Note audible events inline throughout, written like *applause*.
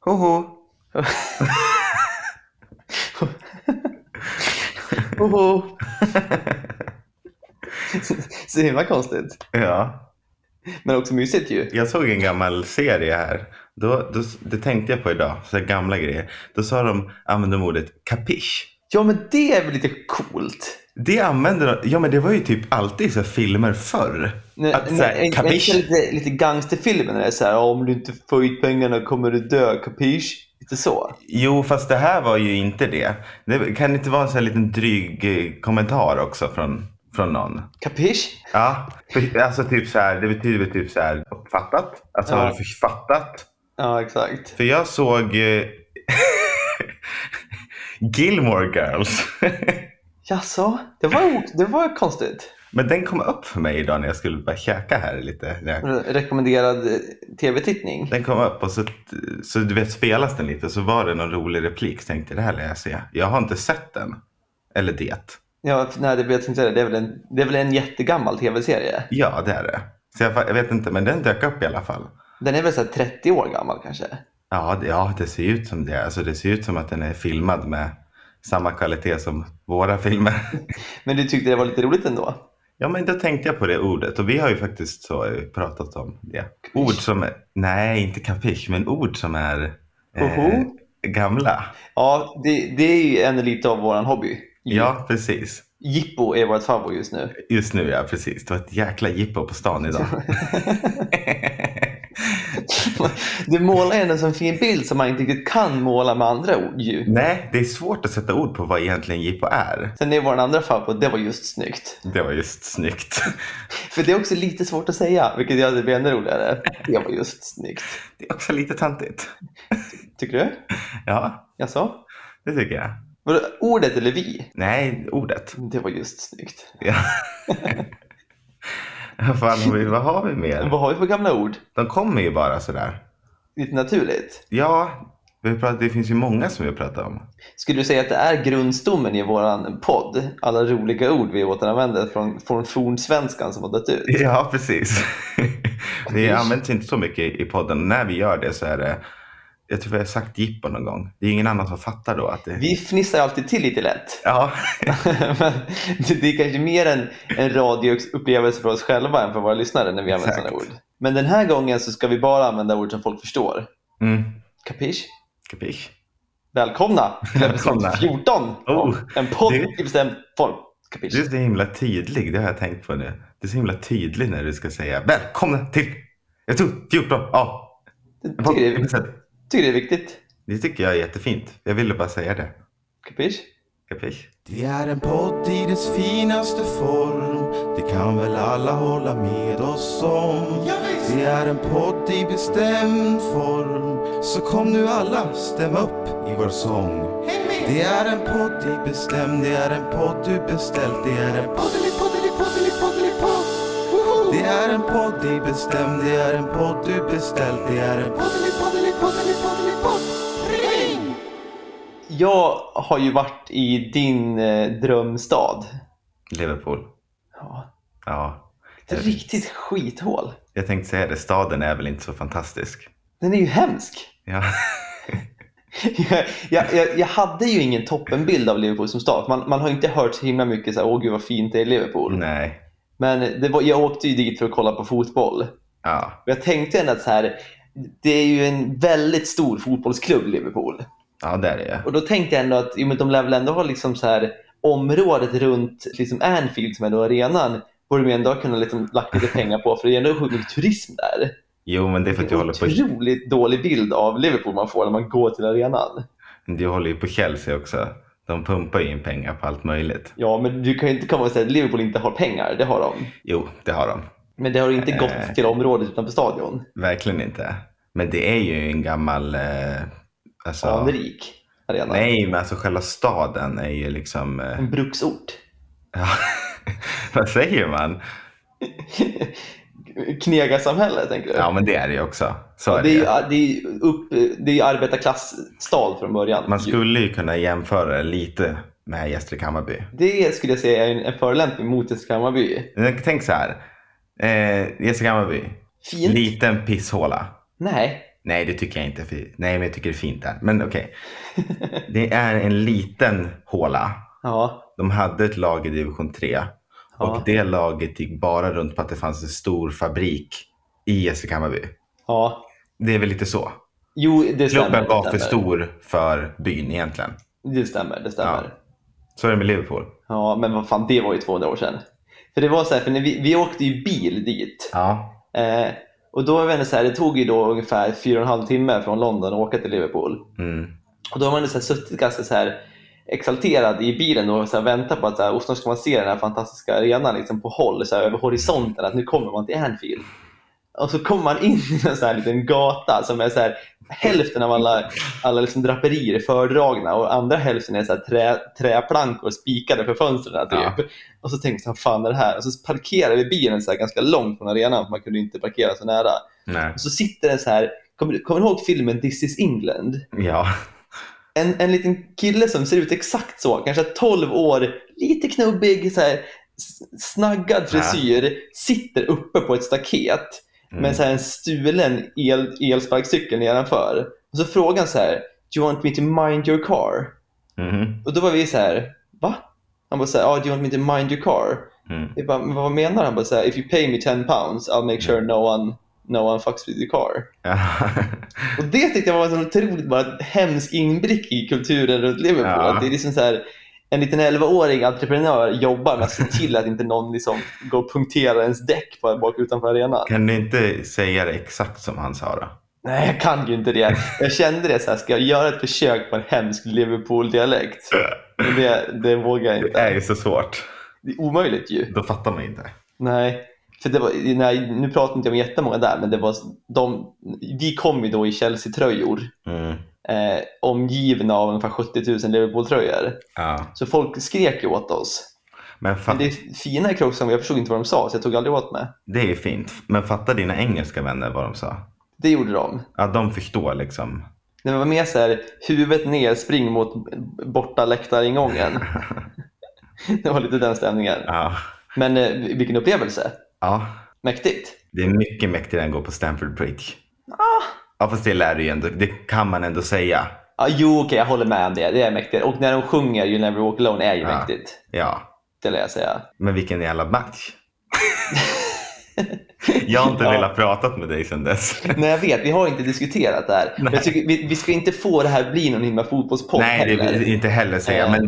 Hoho! Hoho! *laughs* Så himla konstigt. Ja. Men också mysigt ju. Jag såg en gammal serie här. Då, då, det tänkte jag på idag, så här gamla grejer. Då sa de, använde de ordet kapisch. Ja men det är väl lite coolt? Det använde de, ja men det var ju typ alltid så här filmer förr. Nej, att nej, så här, jag- jag kapisch. tänker lite, lite gangsterfilmer när det är så här, "Ja, om du inte får ut pengarna kommer du dö, kapisch? Lite så. Jo, fast det här var ju inte det. det kan det inte vara en sån här liten dryg eh, kommentar också från, från någon? Kapisch? Ja, för- alltså typ så här, det betyder väl typ så här uppfattat. Alltså Ja. har du fattat? Ja, exakt. För jag såg eh, *laughs* Gilmore Girls. Jaså? Det var, det var konstigt. Men den kom upp för mig idag när jag skulle bara käka här lite. När jag- Re- Rekommenderad eh, tv-tittning. Den kom upp och så, så du vet, spelas den lite så var det någon rolig replik. Så tänkte jag, det här lär jag se. Jag har inte sett den. Eller det. Ja, för- nej, det, jag tänkte, säga det, det, är väl en, det är väl en jättegammal tv-serie? Ja, det är det. Så jag, fa- jag vet inte, men den dök upp i alla fall. Den är väl så här 30 år gammal kanske? Ja, det, ja, det ser ut som det. Alltså, det ser ut som att den är filmad med samma kvalitet som våra filmer. Men du tyckte det var lite roligt ändå? Ja, men då tänkte jag på det ordet och vi har ju faktiskt så eh, pratat om det. Kapisch. Ord som, är, nej inte kapisch, men ord som är eh, Oho. gamla. Ja, det, det är ju en lite av våran hobby. Ja, precis. Jippo är vårt favorit just nu. *laughs* Just nu ja, precis. Det var ett jäkla jippo på stan idag. Du målar ändå en sån fin bild som man inte riktigt kan måla med andra ord ju. nej, det är svårt att sätta ord på vad egentligen jippo är. Sen är vår andra favorit, det var just snyggt. Det var just snyggt. *laughs* För det är också lite svårt att säga, vilket gör det blir ännu roligare. Det var just snyggt. Det är också lite tantigt. Tycker du? Ja, Jaså? det tycker jag. Vadå, ordet eller vi? Nej, ordet. Det var just snyggt. Ja. Vad fan har vi, vad har vi Men mer? vad har vi för gamla ord? De kommer ju bara sådär. Lite naturligt. Ja, vi pratar, det finns ju många som vi pratar om. Skulle du säga att det är grundstommen i våran podd? Alla roliga ord vi återanvänder från, från fornsvenskan som har dött ut. *laughs* Ja, precis. Det används inte så mycket i podden. Och När vi gör det så är det, jag tror vi har sagt jippo någon gång. Det är ingen annan som fattar då att det Vi fnissar alltid till lite lätt. *laughs* Ja, Men det det är kanske mer en, en radioupplevelse för oss själva än för våra lyssnare när vi använder Exakt. sådana ord. Men den här gången så ska vi bara använda ord som folk förstår. mm. Kapisch? kapisch. Välkomna till episod Välkomna. 14 Oh, En podd det- i bestämd form. Kapisch? Du är så himla tydlig, det har jag tänkt på nu. Du är så himla tydlig när du ska säga välkomna till jag tror 14 Ja, Jag podd. tycker det, är- tycker det är viktigt. Det tycker jag är jättefint. Jag ville bara säga det. Kapisch? Kapisch? Det är en podd i dess finaste form Det kan väl alla hålla med oss om Det är en podd i bestämd form Så kom nu alla, stäm upp i vår sång Det är en podd i bestämd Det är en podd du beställt Det är en poddelipoddelipoddelipoddelipodd Det är en podd i bestämd Det är en podd du beställt Det är en poddelipoddelipoddelipoddelipodd Ring! Jag har ju varit i din eh, drömstad. Liverpool. Ja, Ja. ett riktigt skithål. Jag tänkte säga det, staden är väl inte så fantastisk. Den är ju hemsk. *laughs* Ja, Jag, jag, jag, jag hade ju ingen toppenbild av Liverpool som stad. Man, man har inte hört så himla mycket så här, åh gud vad fint det är i Liverpool. nej. Men det var, jag åkte ju dit för att kolla på fotboll. Ja, Och jag tänkte ändå att så här, det är ju en väldigt stor fotbollsklubb Liverpool. ja där är jag. Och då tänkte jag ändå att jo, men de lär väl ändå ha liksom så här, området runt liksom Anfield som är då arenan borde vi ändå ha kunnat liksom lagt lite pengar på för det är ändå sjukt mycket turism där. Jo, men det är för att Det du är en håller på, otroligt dålig bild av Liverpool man får när man går till arenan. du håller ju på Chelsea också. De pumpar ju in pengar på allt möjligt. Ja, men du kan ju inte komma och säga att Liverpool inte har pengar. Det har de. Jo, det har de. Men det har inte Nej. gått till området utanför stadion. Verkligen inte. Men det är ju en gammal... Eh, alltså, Anrik arena. nej, men alltså själva staden är ju liksom... Eh, En bruksort. *laughs* *laughs* ja, vad säger man? Knegarsamhälle, tänker du? Ja, men det är det ju också. Så Ja, är det det. är ju. ju det är ju upp, det är ju arbetarklassstad från början. Man skulle ju kunna jämföra det lite med Gästrike Hammarby. Det skulle jag säga är en, en förolämpning mot Jessica Hammarby. Men Tänk så här. Eh, Gästrike Hammarby, Fint? liten pisshåla. Nej. *laughs* Nej, det tycker jag inte. För, nej, men jag tycker det är fint där. Men okej. Det är en liten håla. Ja, De hade ett lag i division 3 ja, och det laget gick bara runt på att det fanns en stor fabrik i Gästrike-Hammarby. ja. Det är väl lite så. Jo, det stämmer. Klubben det var för stämmer. stor för byn egentligen. Det stämmer, det stämmer. Ja. Så är det med Liverpool. Ja, men vad fan, det var ju 200 år sedan. För det var så här, för när vi, vi åkte ju bil dit. Ja, Eh, och då var det ändå så här, det tog ju då ungefär fyra och en halv timme från London att åka till Liverpool. mm. Och då har man ju så här suttit ganska så här exalterad i bilen och så här väntat på att så här, och snart ska man se den här fantastiska arenan liksom på håll, så här, över horisonten, att nu kommer man till Anfield. Och så kommer man in i en sån här liten gata som är så här, hälften av alla, alla liksom draperier är fördragna och andra hälften är så här trä, träplankor spikade för fönstren. Typ. Och så tänkte jag, fan är det här? Och så parkerar vi bilen så här ganska långt från arenan, för man kunde inte parkera så nära. nej. Och så sitter den så här, kommer, kommer du ihåg filmen This is England? Ja, en, en liten kille som ser ut exakt så, kanske 12 år, lite knubbig, så här, s- snaggad frisyr, sitter uppe på ett staket Mm. med så här en stulen el, elsparkcykel nedanför. Och så frågar han så här, do you want me to mind your car? Mhm. Och då var vi så här, va? Han bara så här, ah, do you want me to mind your car? Mm. Vi bara, "Men vad menar han? Bara så här, If you pay me 10 pounds I'll make Mm. sure no one, no one fucks with your car. Ja. *laughs* Och det tyckte jag var en sån otroligt bara, hemsk inblick i kulturen runt Liverpool. Ja. Att det är liksom så här, en liten 11-årig entreprenör jobbar med att se till att inte någon liksom går och punkterar ens däck på, bak utanför arenan. Kan du inte säga det exakt som han sa då? Nej, jag kan ju inte det. Jag kände det så här, ska jag göra ett försök på en hemsk Liverpool-dialekt? Men det, det vågar jag Det inte. är ju så svårt. Det är omöjligt ju. Då fattar man inte. Nej, för det var, nej, nu pratar inte jag om jättemånga där, men det var de, vi kom ju då i Chelsea-tröjor. Mm. Eh, omgivna av ungefär 70 000 Liverpool-tröjor. Ja. Så folk skrek ju åt oss. Men, Men fat- det fina i Crooksam, jag förstod inte vad de sa så jag tog aldrig åt mig. det är ju fint. Men fatta dina engelska vänner vad de sa. Det gjorde de. Att de förstår liksom. Det var mer så här, huvudet ner, spring mot *laughs* borta läktaringången. det var lite den stämningen. Ja. Men eh, vilken upplevelse. ja. Mäktigt. Det är mycket mäktigare än att gå på Stanford Bridge. Ah. Ja, fast det lär du ju ändå. Det kan man ändå säga. Ja, jo, okej, jag håller med om det. Det är mäktigt. Och när de sjunger You Never Walk Alone är ju Ja. mäktigt. Ja, Det lär jag säga. men vilken jävla match. Jag har inte *laughs* Ja. velat prata med dig sedan dess. Nej, jag vet. Vi har inte diskuterat *laughs* det här. Men jag tycker, vi, vi ska inte få det här bli någon himla fotbollspodd Nej, det heller. vill inte heller säga. Eh. Men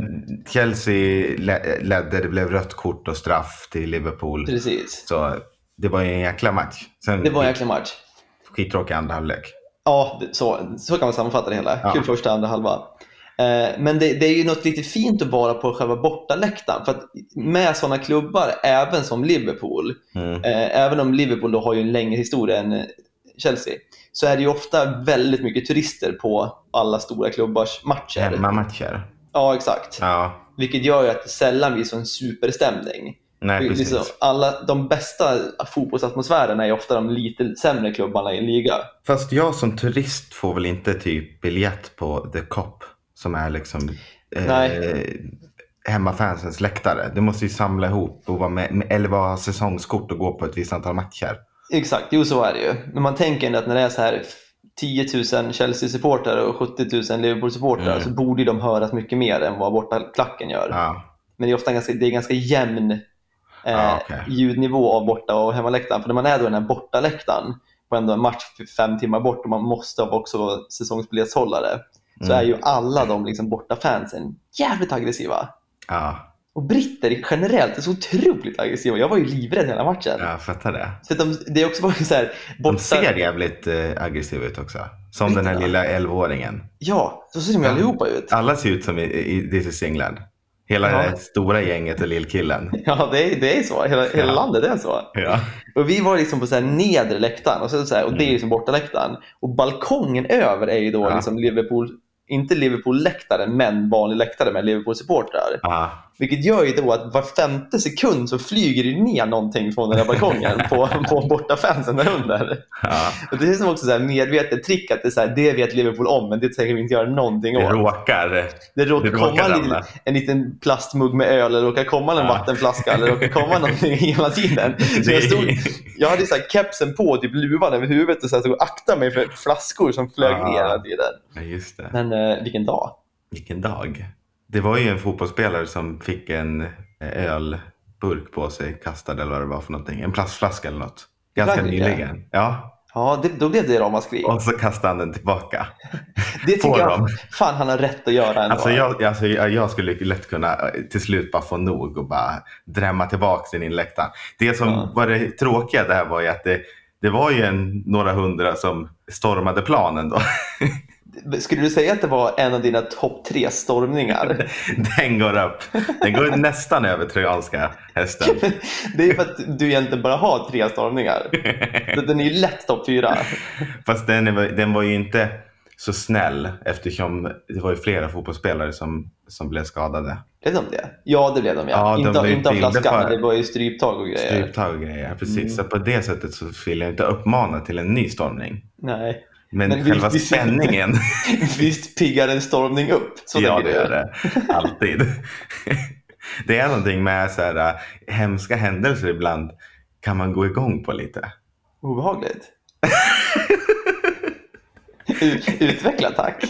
Chelsea le- ledde, det blev rött kort och straff till Liverpool. Precis. Så det var ju en jäkla match. Sen Det var en jäkla match. skittråkig andra halvlek. Ja, det- så, så kan man sammanfatta det hela. Ja. Kul första, andra halva. Eh, Men det, det är ju något lite fint att vara på själva bortaläktaren. För att med sådana klubbar, även som Liverpool, Mm. eh, även om Liverpool då har ju en längre historia än eh, Chelsea, så är det ju ofta väldigt mycket turister på alla stora klubbars matcher. Hemmamatcher. Ja, exakt. Ja, Vilket gör ju att det sällan blir sån superstämning. nej precis. Liksom, alla, de bästa fotbollsatmosfärerna är ju ofta de lite sämre klubbarna i en liga. Fast jag som turist får väl inte typ biljett på The Cop som är liksom eh, Nej. hemmafansens läktare. Du måste ju samla ihop och vara med, eller ha säsongskort och gå på ett visst antal matcher. Exakt, jo så är det ju. Men man tänker ändå att när det är så här 10 000 Chelsea-supportrar och 70 000 Liverpool-supportrar Mm. så borde ju de höras mycket mer än vad bortaklacken gör. Ja, Men det är ofta ganska, det är ganska jämn eh, Ja, okej. ljudnivå av borta och hemmaläktaren. För när man är då den här bortaläktaren på ändå en match för fem timmar bort och man måste också vara säsongsbiljettshållare så Mm. är ju alla de liksom bortafansen jävligt aggressiva. ja, Och britter generellt är så otroligt aggressiva. Jag var ju livrädd hela matchen. jag fattar det. Så att de, det är också bara så här, De borta- ser jävligt eh, aggressiva ut också. Som den här lilla 11-åringen. Ja, så ser de ju Ja. allihopa ut. Alla ser ut som i, i This is England. Hela Ja. det här stora gänget och lillkillen. *laughs* Ja, det är, det är så. Hela, hela Ja. landet är så. Ja. Och vi var liksom på så här nedre läktaren och, så så här, och det är Mm. liksom bortaläktaren. Och balkongen över är ju då Ja. liksom Liverpool, inte Liverpool-läktaren, men vanlig läktare med Liverpool-supportrar. Ja. Vilket gör ju då att var femte sekund så flyger det ner någonting från den där balkongen på, på bortafönstren där under. Ja, Och det är som också så här medvetet trick att det, är så här, det vet Liverpool om men det tänker vi inte göra någonting det åt. råkar. Det råkar det råkar komma en, ramla. liten- en liten plastmugg med öl, eller råkar komma en Ja. vattenflaska eller råkar *laughs* komma någonting hela tiden. Så jag, stod, jag hade så här kepsen på och typ luvan över huvudet och så här stod och aktade mig för flaskor som flög Ja. ner hela tiden. *laughs* Ja, just det. Men eh, vilken dag. Vilken dag. Det var ju en fotbollsspelare som fick en eh, ölburk på sig kastad eller vad det var för någonting. En plastflaska eller något. Ganska Frankrike? nyligen. Ja. Ja, det, då blev det ramaskri. Och så kastade han den tillbaka. Det tycker På jag dem. fan han har rätt att göra ändå. Alltså jag, alltså jag, jag skulle lätt kunna eh, till slut bara få nog och bara drämma tillbaka den in i läktaren. Det som Ja. var det tråkiga det här var ju att det, det var ju en, några hundra som stormade planen då. *laughs* Skulle du säga att det var en av dina topp tre *laughs* stormningar? Den går upp. Den går nästan över trojanska hästen. det är för att du egentligen bara har *laughs* tre stormningar. Så Den är ju lätt topp fyra. Fast den, är- den var ju inte så snäll eftersom det var ju flera fotbollsspelare som, som blev skadade. Blev de det? Ja, det blev de ja. Ja, de inte, blev inte av bilder flaskan, på- men det var ju stryptag och grejer. Mm. Stryptag och grejer. Precis. Så på det sättet så vill jag inte uppmana till en ny stormning. Nej. *laughs* Men, Men vi- själva vi- spänningen. Visst piggar en stormning upp? *laughs* Så *laughs* ja, det tänker du. gör det. *laughs* Alltid. det är någonting med så här, äh, hemska händelser ibland kan man gå igång på lite. *laughs* Obehagligt. Ut- Utveckla tack.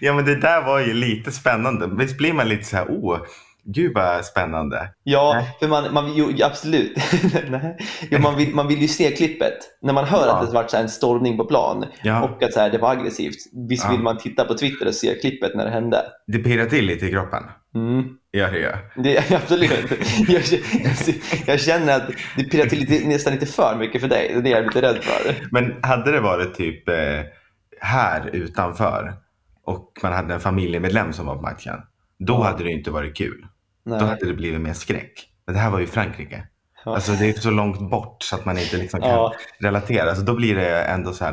ja, men det där var ju lite spännande. Visst blir man lite så här, åh, gud vad spännande. Ja, Nej. för man, man, jo, absolut. *laughs* Nej. jo, man, vill, man vill ju se klippet. När man hör Ja. att det varit så här en stormning på plan Ja. och att så här, det var aggressivt. Visst Ja. vill man titta på Twitter och se klippet när det hände? Det pirrar till lite i kroppen. Mm. Gör det ju. Det, *laughs* absolut. Jag, jag, jag känner att det pirrar till lite, nästan lite för mycket för dig. Det är det jag är lite rädd för. Men hade det varit typ eh, här utanför och man hade en familjemedlem som var på matchen, då Ja. hade det ju inte varit kul. Då Nej. hade det blivit mer skräck. Men det här var ju Frankrike. Ja. Alltså det är så långt bort så att man inte liksom kan Ja. relatera. Så då blir det ändå så här,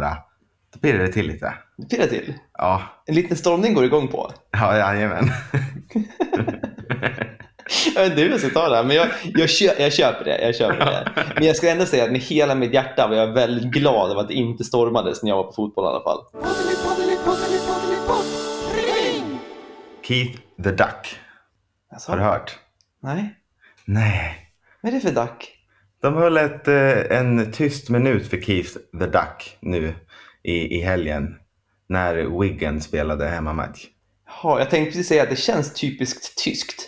då blir det till lite. Det pirrar till. Ja, En liten stormning går igång på. ja jajamän. Jag vet inte hur jag ska ta det här, men jag, jag, kö, jag köper det. Jag köper det. *laughs* Men jag ska ändå säga att med hela mitt hjärta var jag väldigt glad över att det inte stormades när jag var på fotboll i alla fall. Keith the Duck. Alltså, Har du hört? Nej, Nej. vad är det för dack? De höll ett, eh, en tyst minut för Keith the Duck nu i, i helgen när Wigan spelade hemmamatch. Jaha, jag tänkte precis säga att det känns typiskt tyskt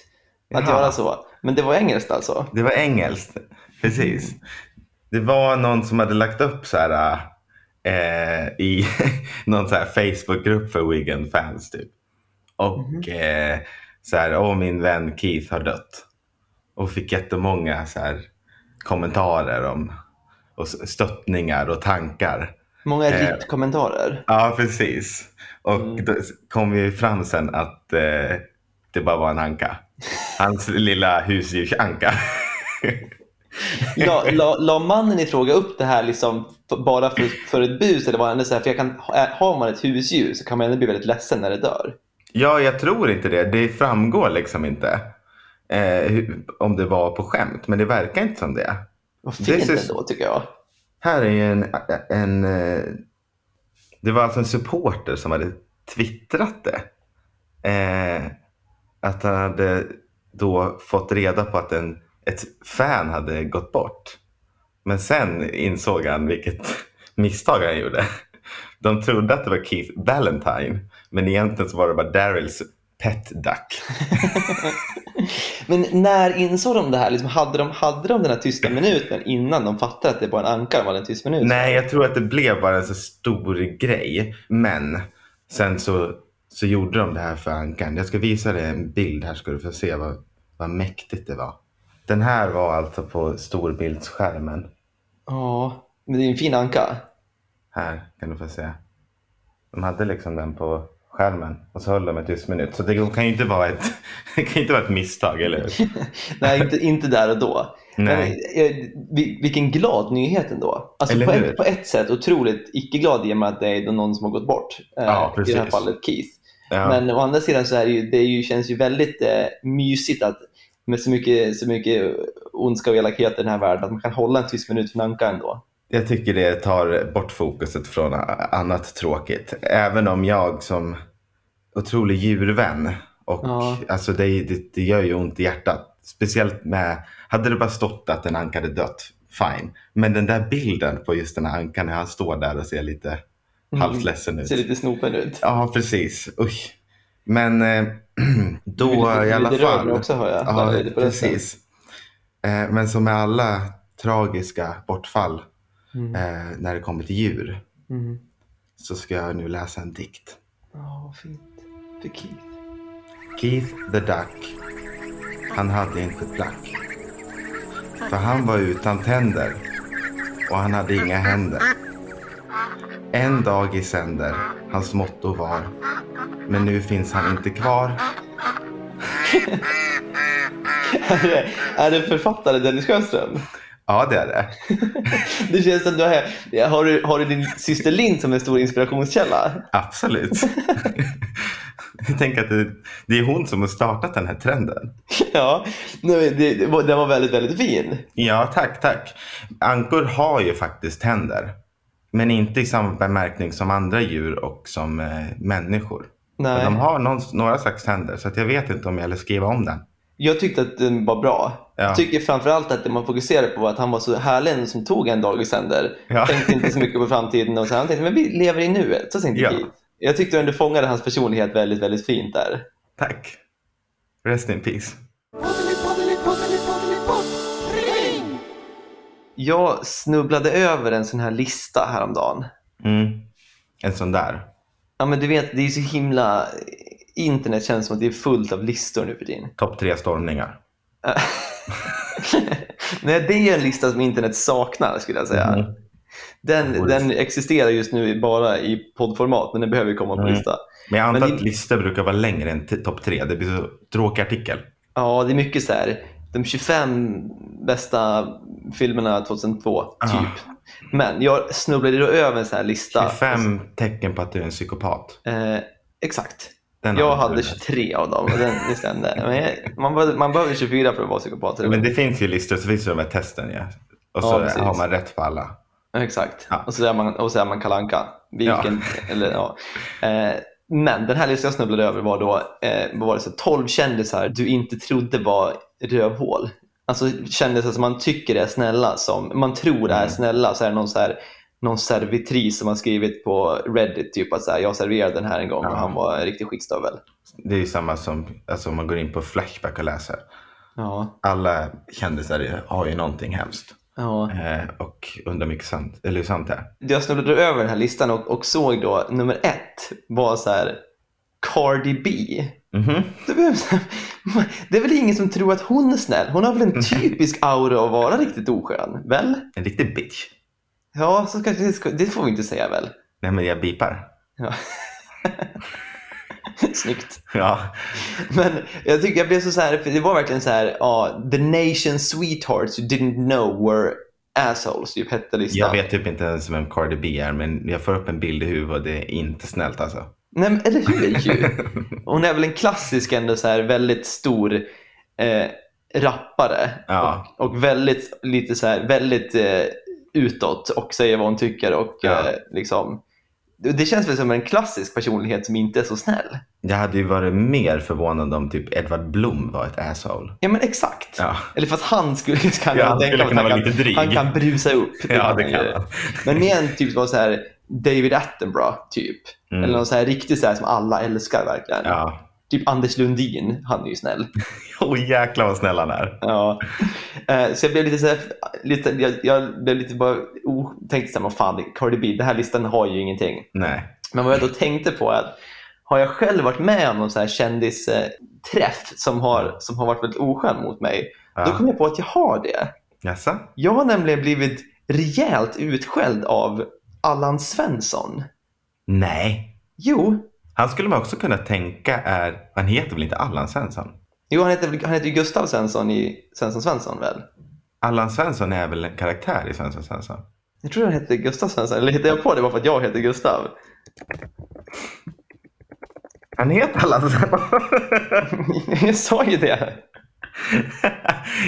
att Jaha. göra så. Men det var engelskt alltså? Det var engelskt, precis. Det var någon som hade lagt upp så här, eh, i *laughs* någon så här Facebookgrupp för Wigan-fans. Typ. Och eh, så här, åh min vän Keith har dött. Och fick jättemånga så här, kommentarer om och s- stöttningar och tankar. Många Eh. rit-kommentarer. Ja, precis. Och Mm. då kom ju fram sen att eh, det bara var en anka. Hans lilla husdjursanka. *laughs* La, la, la mannen i fråga upp det här liksom f- bara för, för ett bus? Eller var han så här, för jag kan, ha- har man ett husdjur så kan man ändå bli väldigt ledsen när det dör. ja, jag tror inte det. Det framgår liksom inte eh, hu- om det var på skämt. Men det verkar inte som det. Vad This fint is- ändå tycker jag. Här är ju en... en eh, det var alltså en supporter som hade twittrat det. Eh, att han hade då fått reda på att en, ett fan hade gått bort. Men sen insåg han vilket *laughs* misstag han gjorde. De trodde att det var Keith Valentine, men egentligen så var det bara Daryls pet duck. Men när insåg de det här? Liksom, hade, de, hade de den här tysta minuten innan de fattade att det var en anka? Det var en tyst minut? Nej, jag tror att det blev bara en så stor grej. Men sen så, så gjorde de det här för Ankan. Jag ska visa dig en bild här ska du få se vad, vad mäktigt det var. Den här var alltså på storbildsskärmen. Ja, men det är en fin anka. Här kan du få se. De hade liksom den på skärmen och så höll de ett tyst minut. Så det kan ju inte vara ett, *laughs* det kan ju inte vara ett misstag, eller hur? Nej, inte, inte där och då. Nej. Men, eh, vi- vilken glad nyhet ändå. Alltså, Eller på, hur? ett, på ett sätt otroligt icke-glad i och med att det är någon som har gått bort. Ja, eh, I det här precis. fallet Keith. Ja. Men å andra sidan så är det ju, det är ju, känns ju väldigt eh, mysigt att med så mycket, så mycket ondska och elakhet i den här världen att man kan hålla en tyst minut för Nanka ändå. Jag tycker det tar bort fokuset från a- annat tråkigt. Även om jag som otrolig djurvän och Ja. alltså det, det, det gör ju ont i hjärtat. Speciellt med, hade det bara stått att en anka hade dött, fine. Men den där bilden på just den här ankan när han står där och ser lite Mm. halvt ledsen ut. Mm. Ser lite snopen ut. Ja, precis. Usch. Men eh, *clears throat* då Du är lite- i alla du är lite rörd fall. också, hör jag. När du är Ja, lite på rösten. precis. Eh, men som med alla tragiska bortfall Mm. eh, när det kommer till djur Mm. så ska jag nu läsa en dikt. Ja, fint. För Keith. Keith the Duck, han hade inte plack. För han var utan tänder och han hade inga händer. En dag i sänder, hans motto var. Men nu finns han inte kvar. Är det- är det författare Dennis Sjöström? Ja, det är det. Det känns som du har, har, du, har du din syster Linn som en stor inspirationskälla? *laughs* Absolut. *laughs* Jag tänker att det, det är hon som har startat den här trenden. Ja, nej, men det, det var- den var väldigt, väldigt fin. Ja, tack, tack. Ankor har ju faktiskt tänder. Men inte i samma bemärkning som andra djur och som eh, människor. Men Nej, De har någon, några slags tänder så att jag vet inte om jag vill skriva om den. Jag tyckte att den var bra. Ja. Jag tycker framförallt att det man fokuserade på var att han var så härlig som tog en dag i sänder. Ja. Tänkte inte så mycket på framtiden och så. Han tänkte, men vi lever i nuet. Så tänkte Ja. Keith. Jag tyckte att du fångade hans personlighet väldigt, väldigt fint där. Tack. Rest in peace. Jag snubblade över en sån här lista häromdagen. Mm. En sån där. Ja, men du vet, det är ju så himla... Internet känns som att det är fullt av listor nu för tiden. Topp tre stormningar. Eh, *laughs* Nej, det är ju en lista som internet saknar skulle jag säga. Mm. Den, Otroligt. den existerar just nu bara i poddformat, men den behöver ju komma på Mm. lista. Men jag antar Men det- att listor brukar vara längre än t- topp tre. Det blir så tråkig artikel. Ja, det är mycket så här, de 25 bästa filmerna 2002, typ. Ah. Men jag snubblade då över en sån här lista. 25 tecken på att du är en psykopat. Eh, exakt. Den Jag har du hade läst. 23 av dem. Och den, visst, den, men jag, man, behöver- man behöver 24 för att vara psykopat. Men det finns ju listor, så finns ju de här testen. Ja. Och Ja, så precis. har man rätt på alla. Ja, Exakt. Ja. Och, så är man, och så är man kalanka. Vilken, *laughs* eller, ja. eh, men den här listan jag snubblade över var då eh, vad var det så, 12 kändisar du inte trodde var rövhål. Alltså kändisar som man tycker är snälla, som man tror är Mm. snälla. Så är det någon, så här, någon servitris som har skrivit på Reddit typ att så här, jag serverade den här en gång och Ja. han var en riktig skitstövel. Det är ju samma som alltså, om man går in på Flashback och läser. Ja, Alla kändisar har ju någonting hemskt. ja. Eh, och undrar mycket sant, eller hur sant det är. Jag snubblade över den här listan och, och såg då nummer ett var så här Cardi B. Mhm. Det behövs- *laughs* Det är väl ingen som tror att hon är snäll? Hon har väl Mm. en typisk aura av att vara riktigt oskön? Väl? En riktig bitch. Ja, så kanske det, ska, det får vi inte säga väl? *laughs* Nej men jag bipar. Ja. Snyggt. *laughs* Ja. Men jag tycker jag blev så, så här, för det var verkligen så här, ja, the nation sweethearts you didn't know were assholes, typ hette listan. Jag vet typ inte ens vem Cardi B är men jag får upp en bild i huvudet och det är inte snällt alltså. Nej, men, eller hur? Ju? *laughs* Hon är väl en klassisk ändå så här väldigt stor eh, rappare. Ja. Och, och väldigt lite så här, väldigt eh, utåt och säger vad hon tycker. Och, Ja. eh, liksom, det det känns väl som en klassisk personlighet som inte är så snäll. Jag hade ju varit mer förvånad om typ Edvard Blom var ett asshole. Ja men exakt. Ja. Eller för att han skulle *laughs* kan Ja, jag han tänka skulle mig kunna att vara han, kan, lite dryg. han kan brusa upp. *laughs* *laughs* Ja, det han kan ju. han. Men igen, typ var så här David Attenborough typ. Mm. Eller någon så här riktig så här som alla älskar verkligen. Ja. Typ Anders Lundin, han är *laughs* ju snäll. Åh jäklar vad snäll han är. Ja. Eh, Så jag blev lite så här, lite, jag, jag blev lite bara, oh, tänkte så här, vad fan, Cardi B, den här listan har ju ingenting. Nej. Men vad jag då tänkte på är att har jag själv varit med om någon så här kändisträff som har, som har varit väldigt oskön mot mig, då Ja. kom jag på att jag har det. Jaså? Jag har nämligen blivit rejält utskälld av Allan Svensson. Nej. Jo, Han skulle man också kunna tänka är, han heter väl inte Allan Svensson? jo han heter väl- han heter ju Gustav Svensson i Svensson Svensson väl? Allan Svensson är väl en karaktär i Svensson Svensson? Jag tror han hette Gustav Svensson, eller hittade jag på det bara för att jag heter Gustav? Han heter Allan *laughs* Jag sa ju det. *laughs*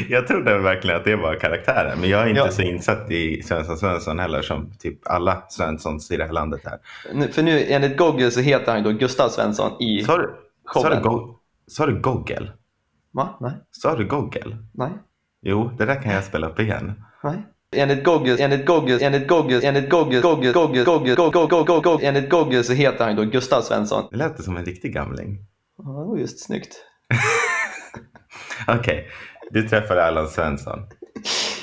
jag trodde verkligen att det var karaktären. Men jag är inte Ja. så insatt i Svensson Svensson heller som typ alla Svenssons i det här landet. här. Nu- För nu enligt Google så heter han då Gustav Svensson i... Sa du, sa du, Showen. go- sa du Google? Va? Nej, Sa du Google? nej, Jo, det där kan jag spela upp igen. nej. Enligt Google, enligt Google, enligt Google, enligt Google, Google, Google, Google, Google, Google, Google, enligt Google så heter han då Gustav Svensson. Det lät som en riktig gamling. Ja, det var just snyggt. Okej, du träffade Allan Svensson.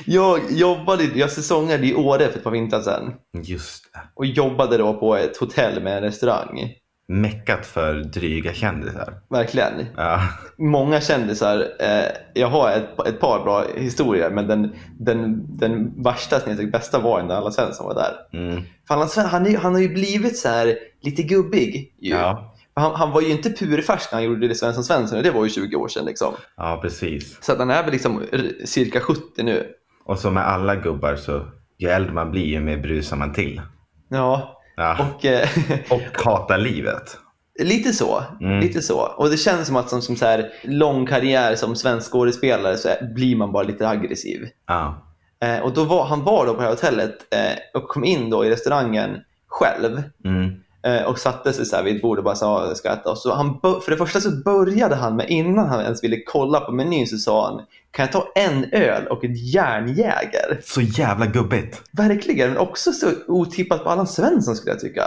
Jag jobbade, jag säsongade i Åre för ett par vintrar sedan Just det. och jobbade då på ett hotell med en restaurang. Meckat för dryga kändisar. Verkligen. Ja. Många kändisar. Eh, jag har ett, ett par bra historier men den, den, den värsta, snedstreck bästa var när alla Svensson var där. Mm. För Allan Svensson, han, är, ju- han har ju blivit så här lite gubbig. Ju. Ja. Han, han var ju inte purfärsk när han gjorde det Svensson Svensson och det var ju 20 år sedan. Liksom. ja, precis. Så att han är väl liksom r- cirka 70 nu. Och som med alla gubbar så ju äldre man blir ju mer brusar man till. Ja, Ja. och eh, *laughs* Och hatar livet. lite så. Mm. Lite så. Och det känns som att som, som så här, lång karriär som svensk skådespelare så är, blir man bara lite aggressiv. Ja. Eh, och då var, han var då på det här hotellet eh, och kom in då i restaurangen själv. Mm. Eh, och satte sig så här vid ett bord och bara sa "Ja, jag ska äta. Och så han, bör- för det första så började han med, innan han ens ville kolla på menyn så sa han kan jag ta en öl och ett järnjäger? Så jävla gubbigt. Verkligen, men också så otippat på Allan Svensson skulle jag tycka.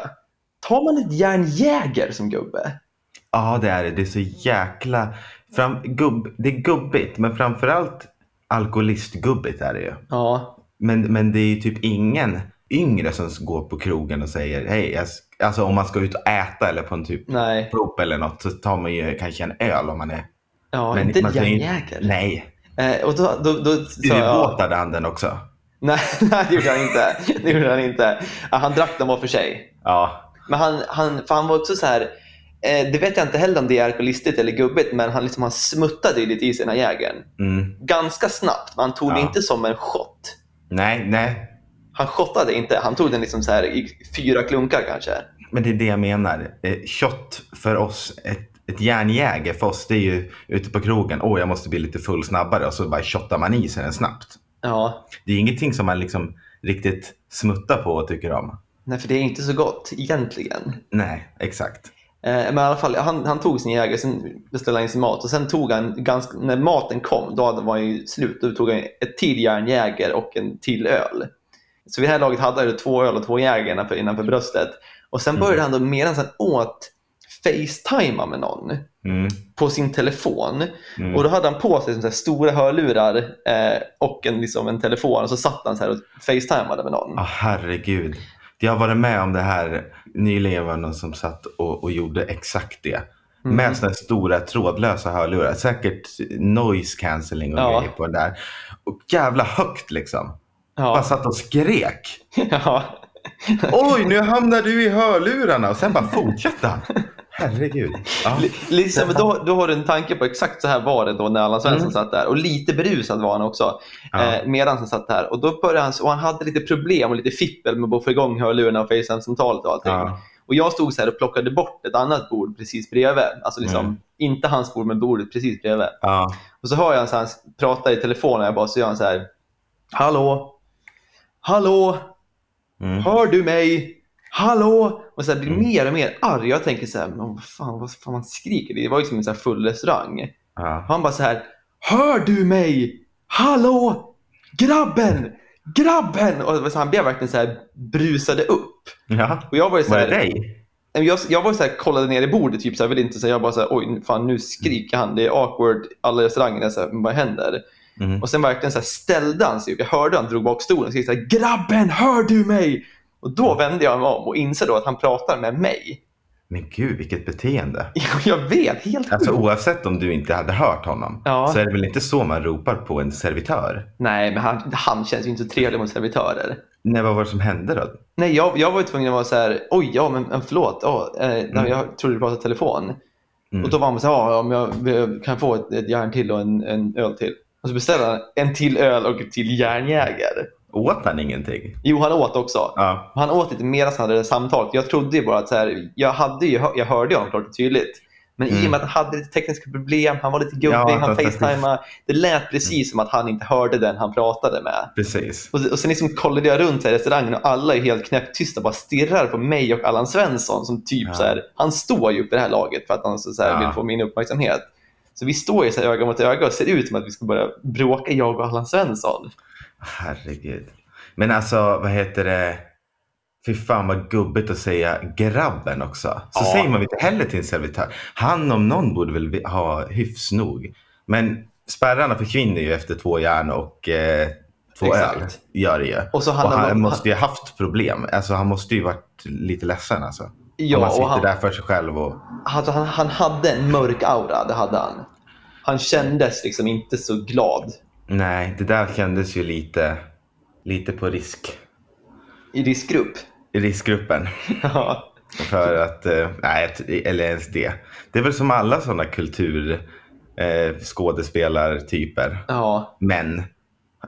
Tar man ett järnjäger som gubbe? Ja, det är det. Det är så jäkla... Fram... Gubb... Det är gubbigt, men framförallt alkoholistgubbigt är det ju. Ja, Men, men det är ju typ ingen yngre som går på krogen och säger hej. jag sk-" Alltså om man ska ut och äta eller på en typ nej. prop eller något så tar man ju kanske en öl om man är... Ja, men inte ett man säger ju- järnjäger. Nej. Eh, och då, då, då sa jag... Ubåtade han den också? *laughs* Nej, nej, det gjorde han inte. Det gjorde han inte. Ja, han drack dem var för sig. Ja. Men han, han, för han var också så här, eh, det vet jag inte heller om det är alkoholistiskt eller gubbigt, men han, liksom, han smuttade ju lite i sig den här jägern. Mm. Ganska snabbt, men han tog det Ja. inte som en shot. Nej, nej. Han shottade inte, han tog den liksom så här i fyra klunkar kanske. Men det är det jag menar. Eh, Shot för oss, ett, ett järnjäger för oss, det är ju ute på krogen. Åh, jag måste bli lite full snabbare och så bara shottar man i sig den snabbt. Ja, Det är ingenting som man liksom riktigt smuttar på och tycker om. nej, för det är inte så gott egentligen. Nej, exakt. Eh, men i alla fall, han, han tog sin jägare, sen beställde han in sin mat och sen tog han, ganska, när maten kom, då hade- var han ju slut. Då tog han ett till järnjäger och en till öl. Så vid det här laget hade han ju två öl och två jägare innanför, innanför bröstet. Och sen började han då medan han åt facetimea med någon Mm, på sin telefon. mm. Och då hade han på sig som så här stora hörlurar eh, och en, liksom en telefon och så satt han så här och facetimade med någon. Ja, herregud. Jag har varit med om det här. Nyligen var det någon som satt och, och gjorde exakt det. Mm. Med sådana stora trådlösa hörlurar. Säkert noise cancelling och Ja. grejer på den där. Och jävla högt liksom. Bara Ja. satt och skrek. ja. *laughs* Oj, nu hamnar du i hörlurarna. Och sen bara fortsätta. Herregud. Ja. Li- Liksom, då, då har du en tanke på exakt så här var det då när Allan Svensson Mm. satt där. Och lite berusad var han också Ja. eh, medan han satt där. Och då började han, och han hade lite problem och lite fippel med att få igång hörlurarna och facehamn-samtalet och allting. Ja. Och jag stod så här och plockade bort ett annat bord precis bredvid. Alltså liksom, Mm. inte hans bord, men bordet precis bredvid. Ja. Och så hör jag han, så här, han pratar i telefonen och jag bara, så gör han så här. Hallå? Hallå? Mm. Hör du mig? Hallå? Och så här blir Mm. mer och mer arg. Jag tänker så här, men vad fan, vad fan man skriker. Det var ju som en så här full restaurang. Ja. Han bara så här, hör du mig? Hallå? Grabben! Grabben! Och det var så här, han blev verkligen så här brusade upp. ja. Och jag var ju så Var det här, dig? Nej, men jag, jag var ju så här, kollade ner i bordet typ så här, ville inte säga, jag bara så här, oj, nu- fan nu skriker han, det är awkward, alla i restaurangen är så här, men vad händer? Mm. Och sen verkligen så här ställde han sig upp. Jag hörde han drog bak stolen och skrek så här, grabben hör du mig? Och då vände jag mig om och insåg då att han pratar med mig. *laughs* Men gud, vilket beteende. Jag vet, helt Alltså sjukt. oavsett om du inte hade hört honom Ja. så är det väl inte så man ropar på en servitör? Nej, men han, han känns ju inte så trevlig mot servitörer. Nej, vad var det som hände då? Nej, jag, jag var ju tvungen att vara så här, oj, ja, men men förlåt, ja, eh, nej, Mm. jag trodde du pratade telefon. Mm. Och då var han så här, ja, om jag, jag kan få ett, ett järn till och en, en öl till. Och så beställde han en till öl och ett till järnjägare. Åt han ingenting? Jo, han åt också. Ja. Och Han åt lite medan han hade det samtalet. Jag trodde ju bara att så här, jag, hade ju, hö- jag hörde ju honom klart och tydligt. Men i och med att han hade lite tekniska problem, han var lite gubbig, Mm. Ja, han att- att- facetimade. Det lät precis som att han inte hörde den han pratade med. Precis. Och, och sen liksom kollade jag runt här i restaurangen och alla är helt knäpptysta och bara stirrar på mig och Allan Svensson. Som typ Ja. så här, han står ju upp i det här laget för att han så så här Ja. vill få min uppmärksamhet. Så vi står ju så här öga mot öga och ser ut som att vi ska börja bråka, jag och Allan Svensson. Herregud. Men alltså, vad heter det? Fy fan vad gubbigt att säga grabben också. Så Ja. säger man inte heller till en servitör. Han om någon borde väl vi- ha hyfs nog. Men spärrarna försvinner ju efter två järn och eh, två Exakt. öl. Gör det ju. Och så Och handlar han om- måste ju ha haft problem. Alltså, han måste ju varit lite ledsen alltså. Ja, Om han och sitter han- där för sig själv och... Alltså, han, han hade en mörk aura, det hade han. Han kändes liksom inte så glad Nej, det där kändes ju lite, lite på risk. i riskgrupp. i riskgruppen. *laughs* Ja. För att, eh, nej, t- eller ens det. Det är väl som alla sådana kultur eh, skådespelartyper. ja. Män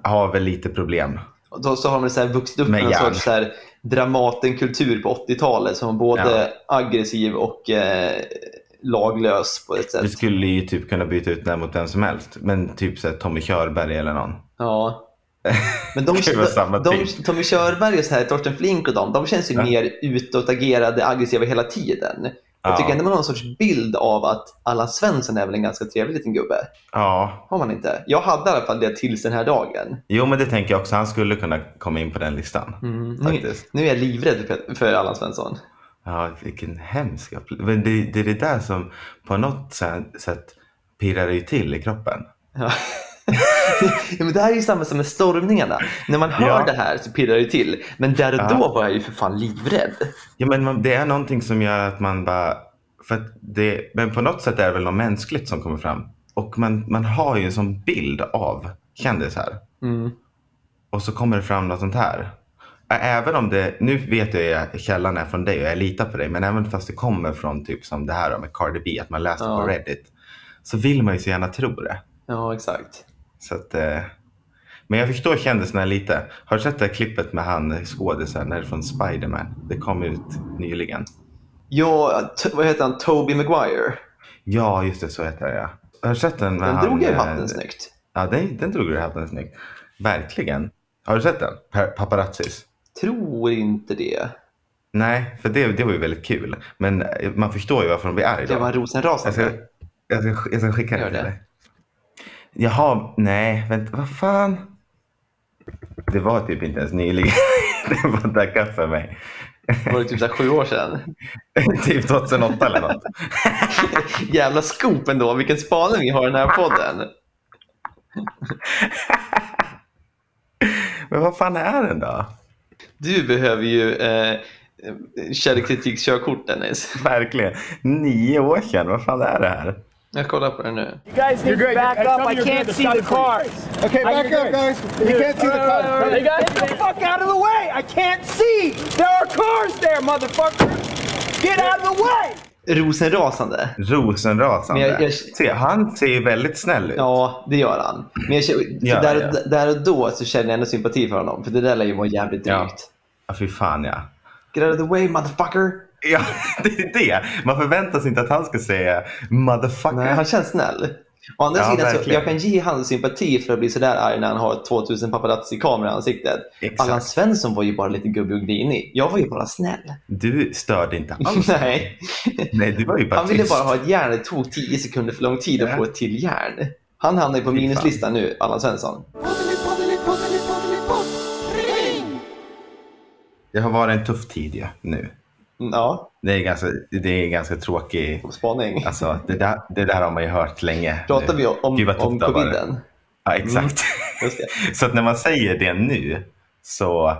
har väl lite problem. Och då så har man så här vuxit upp Med med en järn. sorts så här Dramatenkultur på 80-talet som var både aggressiv och eh, laglös på ett Du sätt. skulle ju typ kunna byta ut den här mot vem som helst. Men typ så här Tommy Körberg eller någon. Ja. *laughs* Men de, Det var samma de, de, typ. Tommy Körberg och så här, Torsten Flink och de, de känns ju Ja. mer utåtagerade, aggressiva hela tiden. Jag Ja. tycker ändå man har en sorts bild av att Allan Svensson är väl en ganska trevlig liten gubbe. Ja, Har man inte? Jag hade i alla fall det tills den här dagen. jo men det tänker jag också. Han skulle kunna komma in på den listan. Mm. Nu, Faktiskt. nu är jag livrädd för- för Allan Svensson. Ja, vilken hemsk upplevelse. Men det, det är det där som på något sä- sätt pirrar det ju till i kroppen. Ja. *laughs* ja, men det här är ju samma som med stormningarna. När man hör Ja. det här så pirrar det till. Men där och Ja. då var jag ju för fan livrädd. Ja, men man, det är någonting som gör att man bara... För att det, men på något sätt är det väl något mänskligt som kommer fram. Och man, man har ju en sån bild av kändisar. Mm. Och så kommer det fram något sånt här. Ä- Även om det, nu vet jag att källan är från dig och jag litar på dig. Men även fast det kommer från typ som det här då med Cardi B, att man läser Ja. på Reddit. Så vill man ju så gärna tro det. Ja, exakt. Så att, eh, men jag förstår kändisarna lite. Har du sett det här klippet med han skådisen här från Spiderman? Det kom ut nyligen. Ja, t- vad heter han? Toby Maguire. Ja, just det. Så heter det, ja. Har du sett den? med Den han, drog jag i eh, hatten snyggt. Ja, den, den drog du i hatten snyggt. Verkligen. Har du sett den? Pa- Paparazzis? Tror inte det. Nej, för det, det var ju väldigt kul. Men eh, man förstår ju varför de blir arga. Det var en jag, ska, rosenrasande. jag, ska, jag ska skicka Gör den till det. dig. Jaha, nej, vänta, vad fan. Det var typ inte ens nyligen. *laughs* det var dackat för mig. *laughs* Det var ju typ så här sju år sedan. typ 2008 eller något. Jävla scoop ändå. Vilken spaning vi har i den här podden. Men vad fan är den då? Du behöver ju eh, källkritikskörkort, Dennis. Verkligen. Nio år sedan, vad fan är det här? Jag kollar på det nu. You guys need to back up. I can't see the cars. Okay, How back you doing? up, guys. You can't see the cars. Hey guys, get the fuck out of the way. I can't see. There are cars there, motherfucker. Get out of the way. Rosenrasande. Rosenrasande. Men jag- jag- Se, han ser ju väldigt snäll ut. Ja, det gör han. Men jag, känner- Ja, där, ja. där och då så känner jag ändå sympati för honom, för det där lär ju må jävligt Ja. drygt. Ja, fy fan ja. Get out of the way motherfucker! Ja, *laughs* det är det. Man förväntar sig inte att han ska säga motherfucker. Nej, han känns snäll. Å andra Ja, sidan, så, verkligen. jag kan ge han sympati för att bli sådär arg när han har 2000 paparazzi-kameror i ansiktet. Exakt. Allan Svensson var ju bara lite gubbig och grinig. Jag var ju bara snäll. *laughs* Du störde inte alls. Nej. Nej, du var ju bara Han ville tyst. bara ha ett järn. Det tog 10 sekunder för lång tid att Ja. få ett till järn. Han hamnar ju på minuslistan nu, Allan Svensson. Det har varit en tuff tid ju, nu. Mm, Ja, Det är ganska, det är ganska tråkig... spaning. Alltså, det där, det där har man ju hört länge. Pratar nu. vi om, Gud, vad tufft om det har varit. coviden? Ja, exakt. *laughs* Just det. Så att när man säger det nu så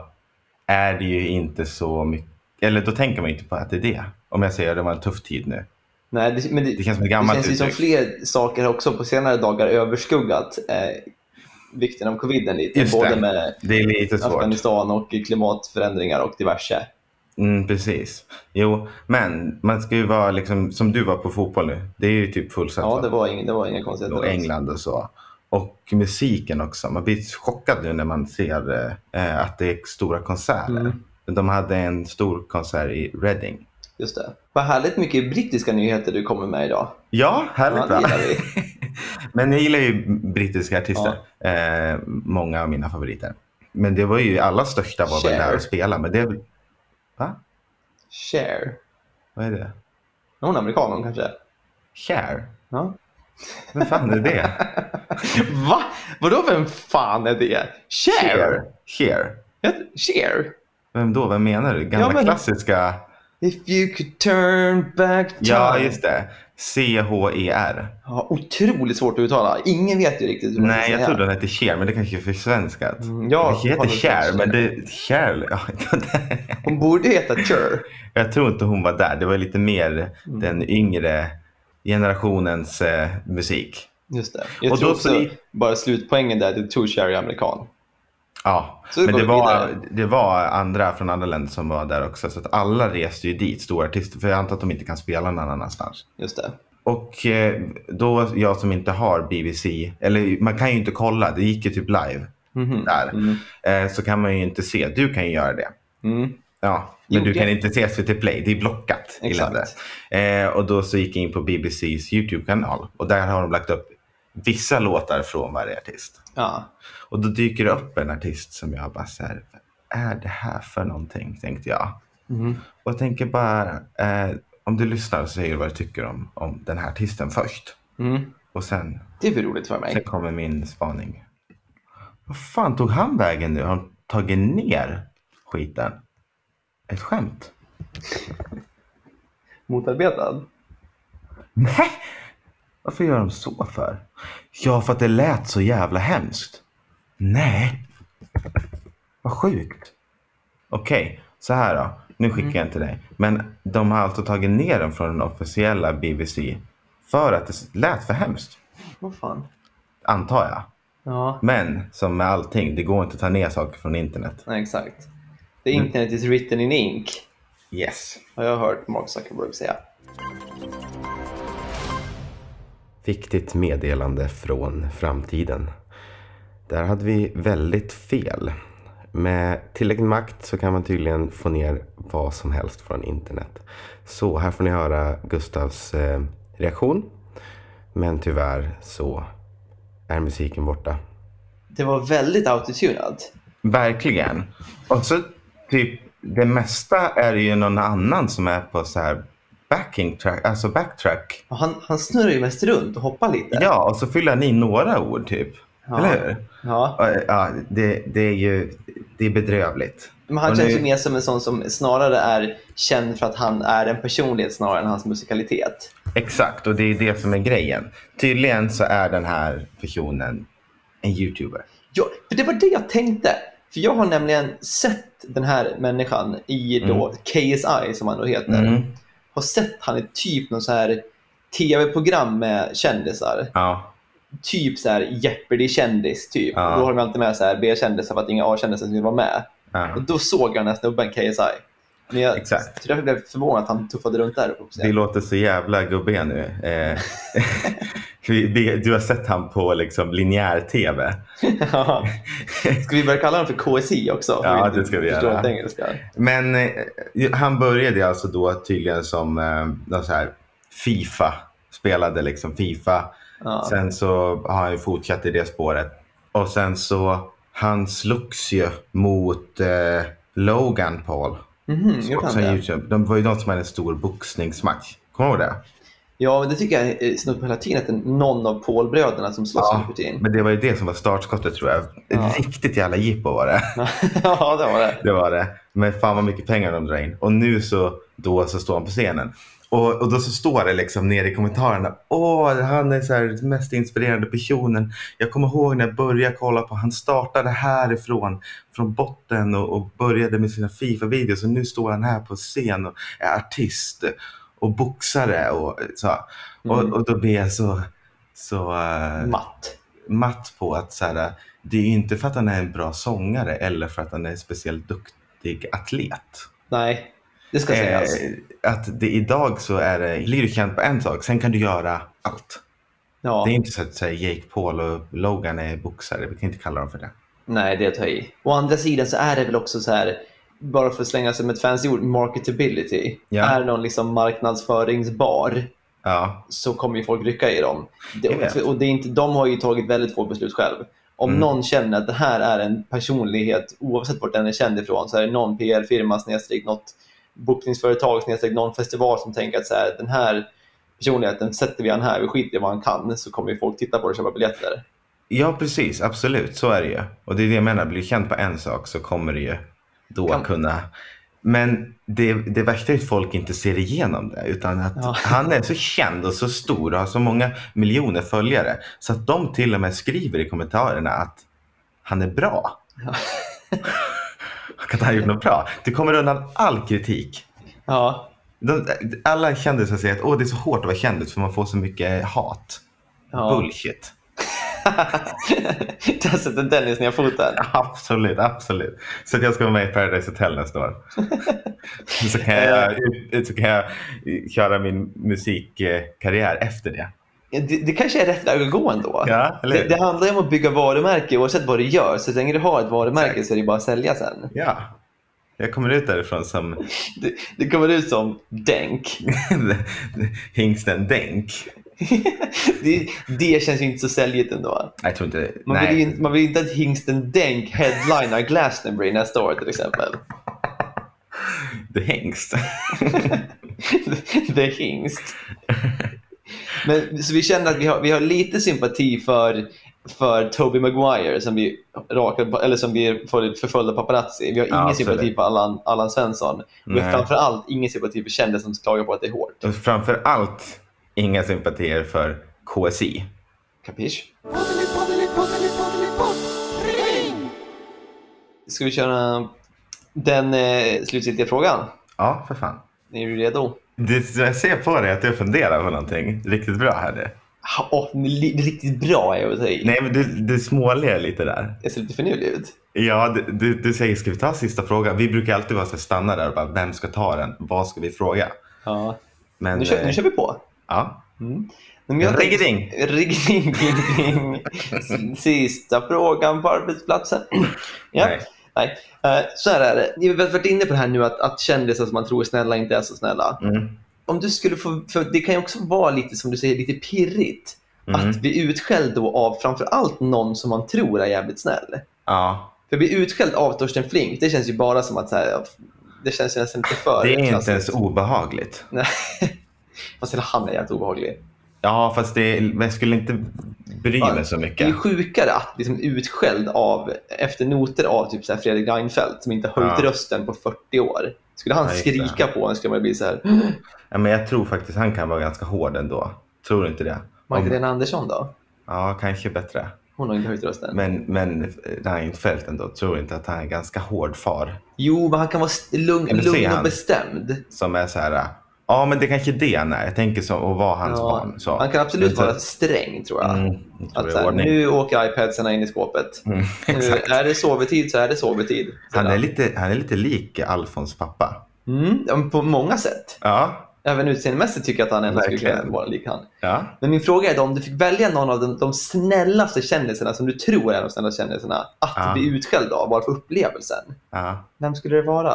är det ju inte så mycket, eller då tänker man ju inte på att det är det. Om jag säger att det var en tuff tid nu. Nej, det, men det, Det känns som ett gammalt Det känns ju som uttryck. fler saker har också på senare dagar överskuggat eh, vikten av coviden lite. Just både det. med Det är lite svårt. Afghanistan och klimatförändringar och diverse. Mm, precis. Jo, men man ska ju vara liksom, som du var på fotboll nu. Det är ju typ fullsatt. Ja, va? det var, ing, det var inga konstigheter. och alls. England och så. Och musiken också. Man blir chockad nu när man eh, ser eh, att det är stora konserter. Mm. De hade en stor konsert i Reading Just det. Vad härligt mycket brittiska nyheter du kommer med idag. *laughs* Ja, Ja, härligt det va? gillar vi. Men jag gillar ju brittiska artister. Eh, många av mina favoriter. Men det var ju, alla största var Cher. väl där och spelade. Men det är väl... Va? Cher. Vad är det? Är hon amerikan hon kanske? Cher? Ja. Vem fan är det? Va? Vadå vem fan är det? *laughs* Cher? Cher? Cher? Cher? Cher? Vem då? Vem menar du? Gamla Ja, men- klassiska... If you could turn back time. Ja, just det. E C-H-E-R. Ja, otroligt svårt att uttala. Ingen vet ju riktigt hur man Nej, ska jag säga. trodde den hette Cher, men det kanske är försvenskat. Mm, ja, det heter har du Cher, förstått. men det... Cher? *laughs* Ja, det- Hon borde heta Cher. jag tror inte hon var där. Det var lite mer Mm. den yngre generationens eh, musik. Just det. Jag Och tror då också, blir- bara slutpoängen där, det tror Cher är amerikan. Ja, Så det men går det vi var, vidare. det var andra från andra länder som var där också. Så att alla reste ju dit, stora artister. För jag antar att de inte kan spela någon annanstans. Just det. Och eh, då, jag som inte har BBC, eller man kan ju inte kolla, det gick ju typ live Mhm. där. Mm. Eh, så kan man ju inte se, du kan ju göra det. Mm. Ja, men Jo, du det- kan inte se SVT Play, det är blockat i Exakt. länder. Eh, och då så gick jag in på BBCs YouTube-kanal och där har de lagt upp vissa låtar från varje artist. Ja. Och då dyker det upp en artist som jag bara så här, vad är det här för någonting? Tänkte jag. Och jag tänker bara, eh, om du lyssnar så säger du vad du tycker om, om den här artisten först. Mm. Och sen, Det blir roligt för sen mig. kommer min spaning. Vad fan tog han vägen nu? Har han tagit ner skiten? Ett skämt? Motarbetad. Nej! Varför gör de så för? Ja, för att det lät så jävla hemskt. Nej. Vad sjukt. Okej, så här då. Nu skickar jag den till dig. Men de har alltså tagit ner den från den officiella BBC för att det lät för hemskt, Vad fan. antar jag. Ja, Men som med allting, det går inte att ta ner saker från internet. nej, exakt. The Mm. internet is written in ink. Yes. Har jag hört Mark Zuckerberg säga. Viktigt meddelande från framtiden. Där hade vi väldigt fel. Med tillräcklig makt så kan man tydligen få ner vad som helst från internet. Så här får ni höra Gustavs eh, reaktion. Men tyvärr så är musiken borta. Det var väldigt autotunat. Verkligen. Och så typ det mesta är ju någon annan som är på så här backing track, alltså backtrack. Och Han, han snurrar ju mest runt och hoppar lite. Ja, och så fyller han i några ord typ. Ja. Eller hur? Ja. Och, Ja, det, det är ju det är bedrövligt. Men han Och känns ju nu- mer som en sån som snarare är känd för att han är en personlighet snarare än hans musikalitet. Exakt, och det är det som är grejen. Tydligen så är den här personen en youtuber. Ja, för det var det jag tänkte. För jag har nämligen sett den här människan i Mm. då KSI, som han då heter. Har sett han i typ någon så här tv-program med kändisar. Ja, Typ så här Jeopardy kändis, typ. Ja. Då har de alltid med så här B-kändisar för att inga A-kändisar skulle vara med. ja. Och då såg jag den här snubben KSI. Men jag Exakt. så därför blev jag förvånad att han tuffade runt där uppe. Det låter så jävla gubbiga nu. Eh, *laughs* vi- vi- du har sett han på liksom linjär-tv. Ja. *laughs* Ska vi börja kalla den för KSI också? Ja, För inte det ska vi förstår göra. ett Engelska. Men eh, han började alltså då tydligen som eh, någon så här Fifa. Spelade liksom Fifa. Ja. Sen så har han ju fortsatt i det spåret. Och sen så, han slogs ju mot eh, Logan Paul. Mhm, som gjorde han också är det? YouTube. De var ju de som hade en stor boxningsmatch. Kommer du ihåg det? Ja, men det tycker jag är snudd på hela tiden. Att det är någon av Paul-bröderna som slåss nu för tiden. *laughs* men det var ju det som var startskottet tror jag. Mm. Ja. Riktigt jävla jippo var det. ja, det var det. Det var det. Men fan vad mycket pengar de drar in. Och nu så, då så står han på scenen. Och, och då så står det liksom nere i kommentarerna. Åh, han är så här den mest inspirerande personen. Jag kommer ihåg när jag började kolla på Han startade härifrån, från botten och, och började med sina Fifa-videos. Och nu står han här på scen och är artist och boxare. Och, så. Mm. och, och då blir jag så, så eh, Matt. matt på att så här, det är ju inte för att han är en bra sångare eller för att han är en speciellt duktig atlet. Nej, det ska Eh, sägas. att det, idag så är det, blir du känd på en sak, sen kan du göra allt. Ja, Det är inte så att säga, Jake Paul och Logan är boxare, vi kan inte kalla dem för det. Nej, det tar jag i. Å andra sidan så är det väl också så här. bara för att slänga sig med ett fancy ord, marketability. Ja. Är någon liksom marknadsföringsbar Ja, så kommer ju folk rycka i dem. Jag vet. Mm. Det, och det är inte, de har ju tagit väldigt få beslut själv. Om någon känner att det här är en personlighet, oavsett vart den är känd ifrån, så är det någon PR-firma, snedstreck något bokningsföretag, snedstreck någon festival som tänker att så här, den här personligheten sätter vi han här, vi skiter i vad han kan, så kommer ju folk titta på det och köpa biljetter. ja precis. Absolut, så är det ju. Och det är det jag menar. Blir du känd på en sak så kommer du ju då Kan- kunna. Men det, det värsta är att folk inte ser igenom det. Utan att Ja. *laughs* han är så känd och så stor och har så många miljoner följare. Så att de till och med skriver i kommentarerna att han är bra. *laughs* Ja. att han har gjort något bra. Det kommer undan all kritik. Ja, De, alla kändisar säger att Åh, det är så hårt att vara kändis för man får så mycket hat. Ja. Bullshit. *laughs* Där sätter Dennis ner foten. *laughs* Absolut, absolut. Så att jag ska vara med i Paradise Hotel nästa *laughs* år. så, kan Eh. jag, så kan jag köra min musikkarriär efter det. Ja, Det, det kanske är rätt väg att gå ändå. Ja, eller det, hur? det handlar ju om att bygga varumärke oavsett vad du gör. Så länge du har ett varumärke så är det bara att sälja sen. Ja. Jag kommer ut därifrån som *laughs* Det, det kommer ut som Denk. *laughs* hingsten Denk. det, det känns ju inte så säljigt ändå. Jag tror inte... Man nej. vill, ju, inte- man vill inte att hingsten Denk headlinar Glastonbury nästa år till exempel. *laughs* The Hingst. The hingst. Men, så vi känner att vi har, vi har lite sympati för, för Toby Maguire som vi, rakade, på- eller som vi för- förföljde paparazzi. Vi har Ja, ingen absolut. sympati för Allan, Allan Svensson. Vi har Nej. framförallt ingen sympati för kändisar som klagar på att det är hårt. Och *laughs* framför allt inga sympatier för KSI. Kapisch? Ska vi köra den eh, slutgiltiga frågan? Ja, för fan. Är du redo? Det, jag ser på dig att du funderar på någonting riktigt bra här nu. Ha, Åh, li- riktigt bra är jag att ta i. Nej, men du, du småler lite där. Jag ser lite finurlig ut. Ja, du, du, du säger ska vi ta sista frågan? Vi brukar alltid vara så här, stanna där och bara vem ska ta den? Vad ska vi fråga? Ja. Men Nu, kör, eh, nu kör vi på. ja, Nej, men jag tänkte- Riggeding. Riggeding, ding, *laughs* ding. Sista frågan på arbetsplatsen. ja. Nej. Nej. Eh, Så här är det. Ni har väl varit inne på det här nu att, att kändisar som man tror är snälla inte är så snälla. Mm. Om du skulle få, för det kan ju också vara lite som du säger, lite pirrigt. Mm. Att bli utskälld då av framför allt någon som man tror är jävligt snäll. ja. För att bli utskälld av Torsten Flink, det känns ju bara som att så här, det känns ju nästan lite för Det är inte klassiskt. ens obehagligt. Nej. *laughs* Fast hela han är jävligt obehaglig. Ja, fast det, men jag skulle inte bry mig så Det är ju mycket. sjukare att bli liksom utskälld av, efter noter av typ så här Fredrik Reinfeldt som inte har höjt Ja. rösten på 40 år. Skulle han Ja, just det. skrika på en skulle man bli så här. Ja, men jag tror faktiskt han kan vara ganska hård ändå. Tror du inte det? Magdalena Andersson då? Ja, kanske bättre. Hon har inte höjt rösten. Men, men eh, Reinfeldt ändå, tror inte att han är en ganska hård far? Jo, men han kan vara st- lugn, Eller ser lugn han? och bestämd. Som är så här, eh, ja men det kanske är det han är. Jag tänker som att vara hans Ja. barn. Så. Han kan absolut Men så- vara sträng tror jag. Mm, jag tror Att det är så här, ordning. Mm. nu åker iPadsarna in i skåpet. *laughs* nu, är det sovetid så är det sovetid. Så Han där. är, lite, han är lite lik Alfons pappa. mm, ja, men på många sätt. Ja, Även utseendemässigt tycker jag att han ändå skulle Verkligen. kunna vara lik han. ja. Men min fråga är då, om du fick välja någon av de, de snällaste kändisarna som du tror är de snällaste kändisarna att Ja. bli utskälld av bara för upplevelsen. ja. Vem skulle det vara?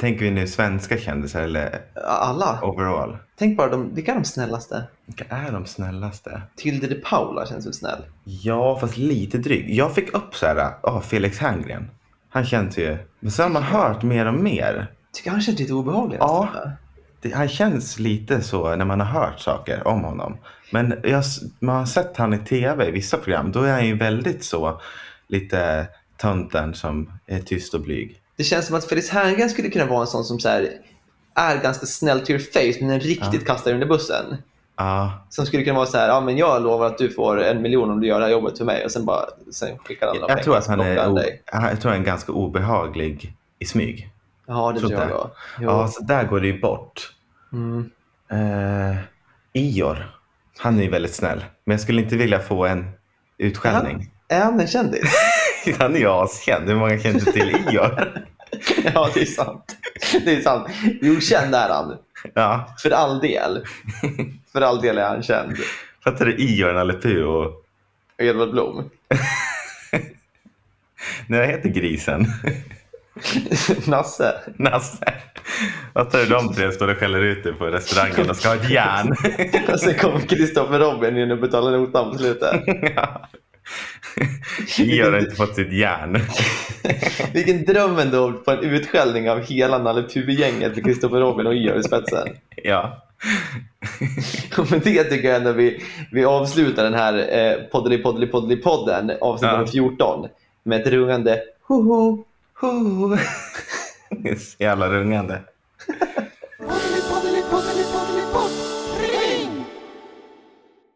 Tänker vi nu svenska kändisar eller Alla. overall? Tänk bara, de, vilka är de snällaste? Vilka är de snällaste? Tilde de Paula känns väl snäll? Ja, fast lite dryg. Jag fick upp så här, ja, Felix Herngren. Han känns ju... Men så har man hört mer och mer. Tycker han känns lite alltså. obehaglig. Ja. nästan. Det, han känns lite så när man har hört saker om honom. Men jag, s- man har sett han i tv i vissa program. Då är han ju väldigt så lite tönten som är tyst och blyg. Det känns som att Felix Herngren skulle kunna vara en sån som så här, är ganska snäll to your face men den riktigt kastar under bussen. Ja, Som skulle kunna vara så här, ja men jag lovar att du får en miljon om du gör det här jobbet för mig och sen bara sen skickar han några jag tror att pengar han och är, plockar o, dig. jag tror han är ganska obehaglig i smyg. Ja, det tror tror jag. det. då. Jo. Ja, så där går det ju bort. Mm. Eh, Ior, han är ju väldigt snäll. Men jag skulle inte vilja få en utskällning. Är han en kändis? *laughs* Han är ju askänd. Hur många känner inte till Ior? *laughs* ja, det är sant. Det är sant. Jo, känd är han. Ja, För all del. För all del är han känd. fattar du Ior Nalle Puh och Edvard Blom. *laughs* Nej, jag heter grisen. *laughs* Nasse. Nasse. Vad tar du de tre står och skäller ut dig på restaurangen och ska ha ett järn? *laughs* Och sen kom Kristoffer Robin in och betalade notan på slutet. Ja. Gi har inte fått sitt järn. Vilken dröm ändå på en utskällning av hela Nalle Puh-gänget med Kristoffer Robin och Georg i spetsen. Ja. *laughs* Och med det tycker jag ändå vi, vi avslutar den här eh, poddeli poddeli poddeli podden avsnitt Ja. nummer 14 med ett rungande hoho. Det är Så jävla rungande.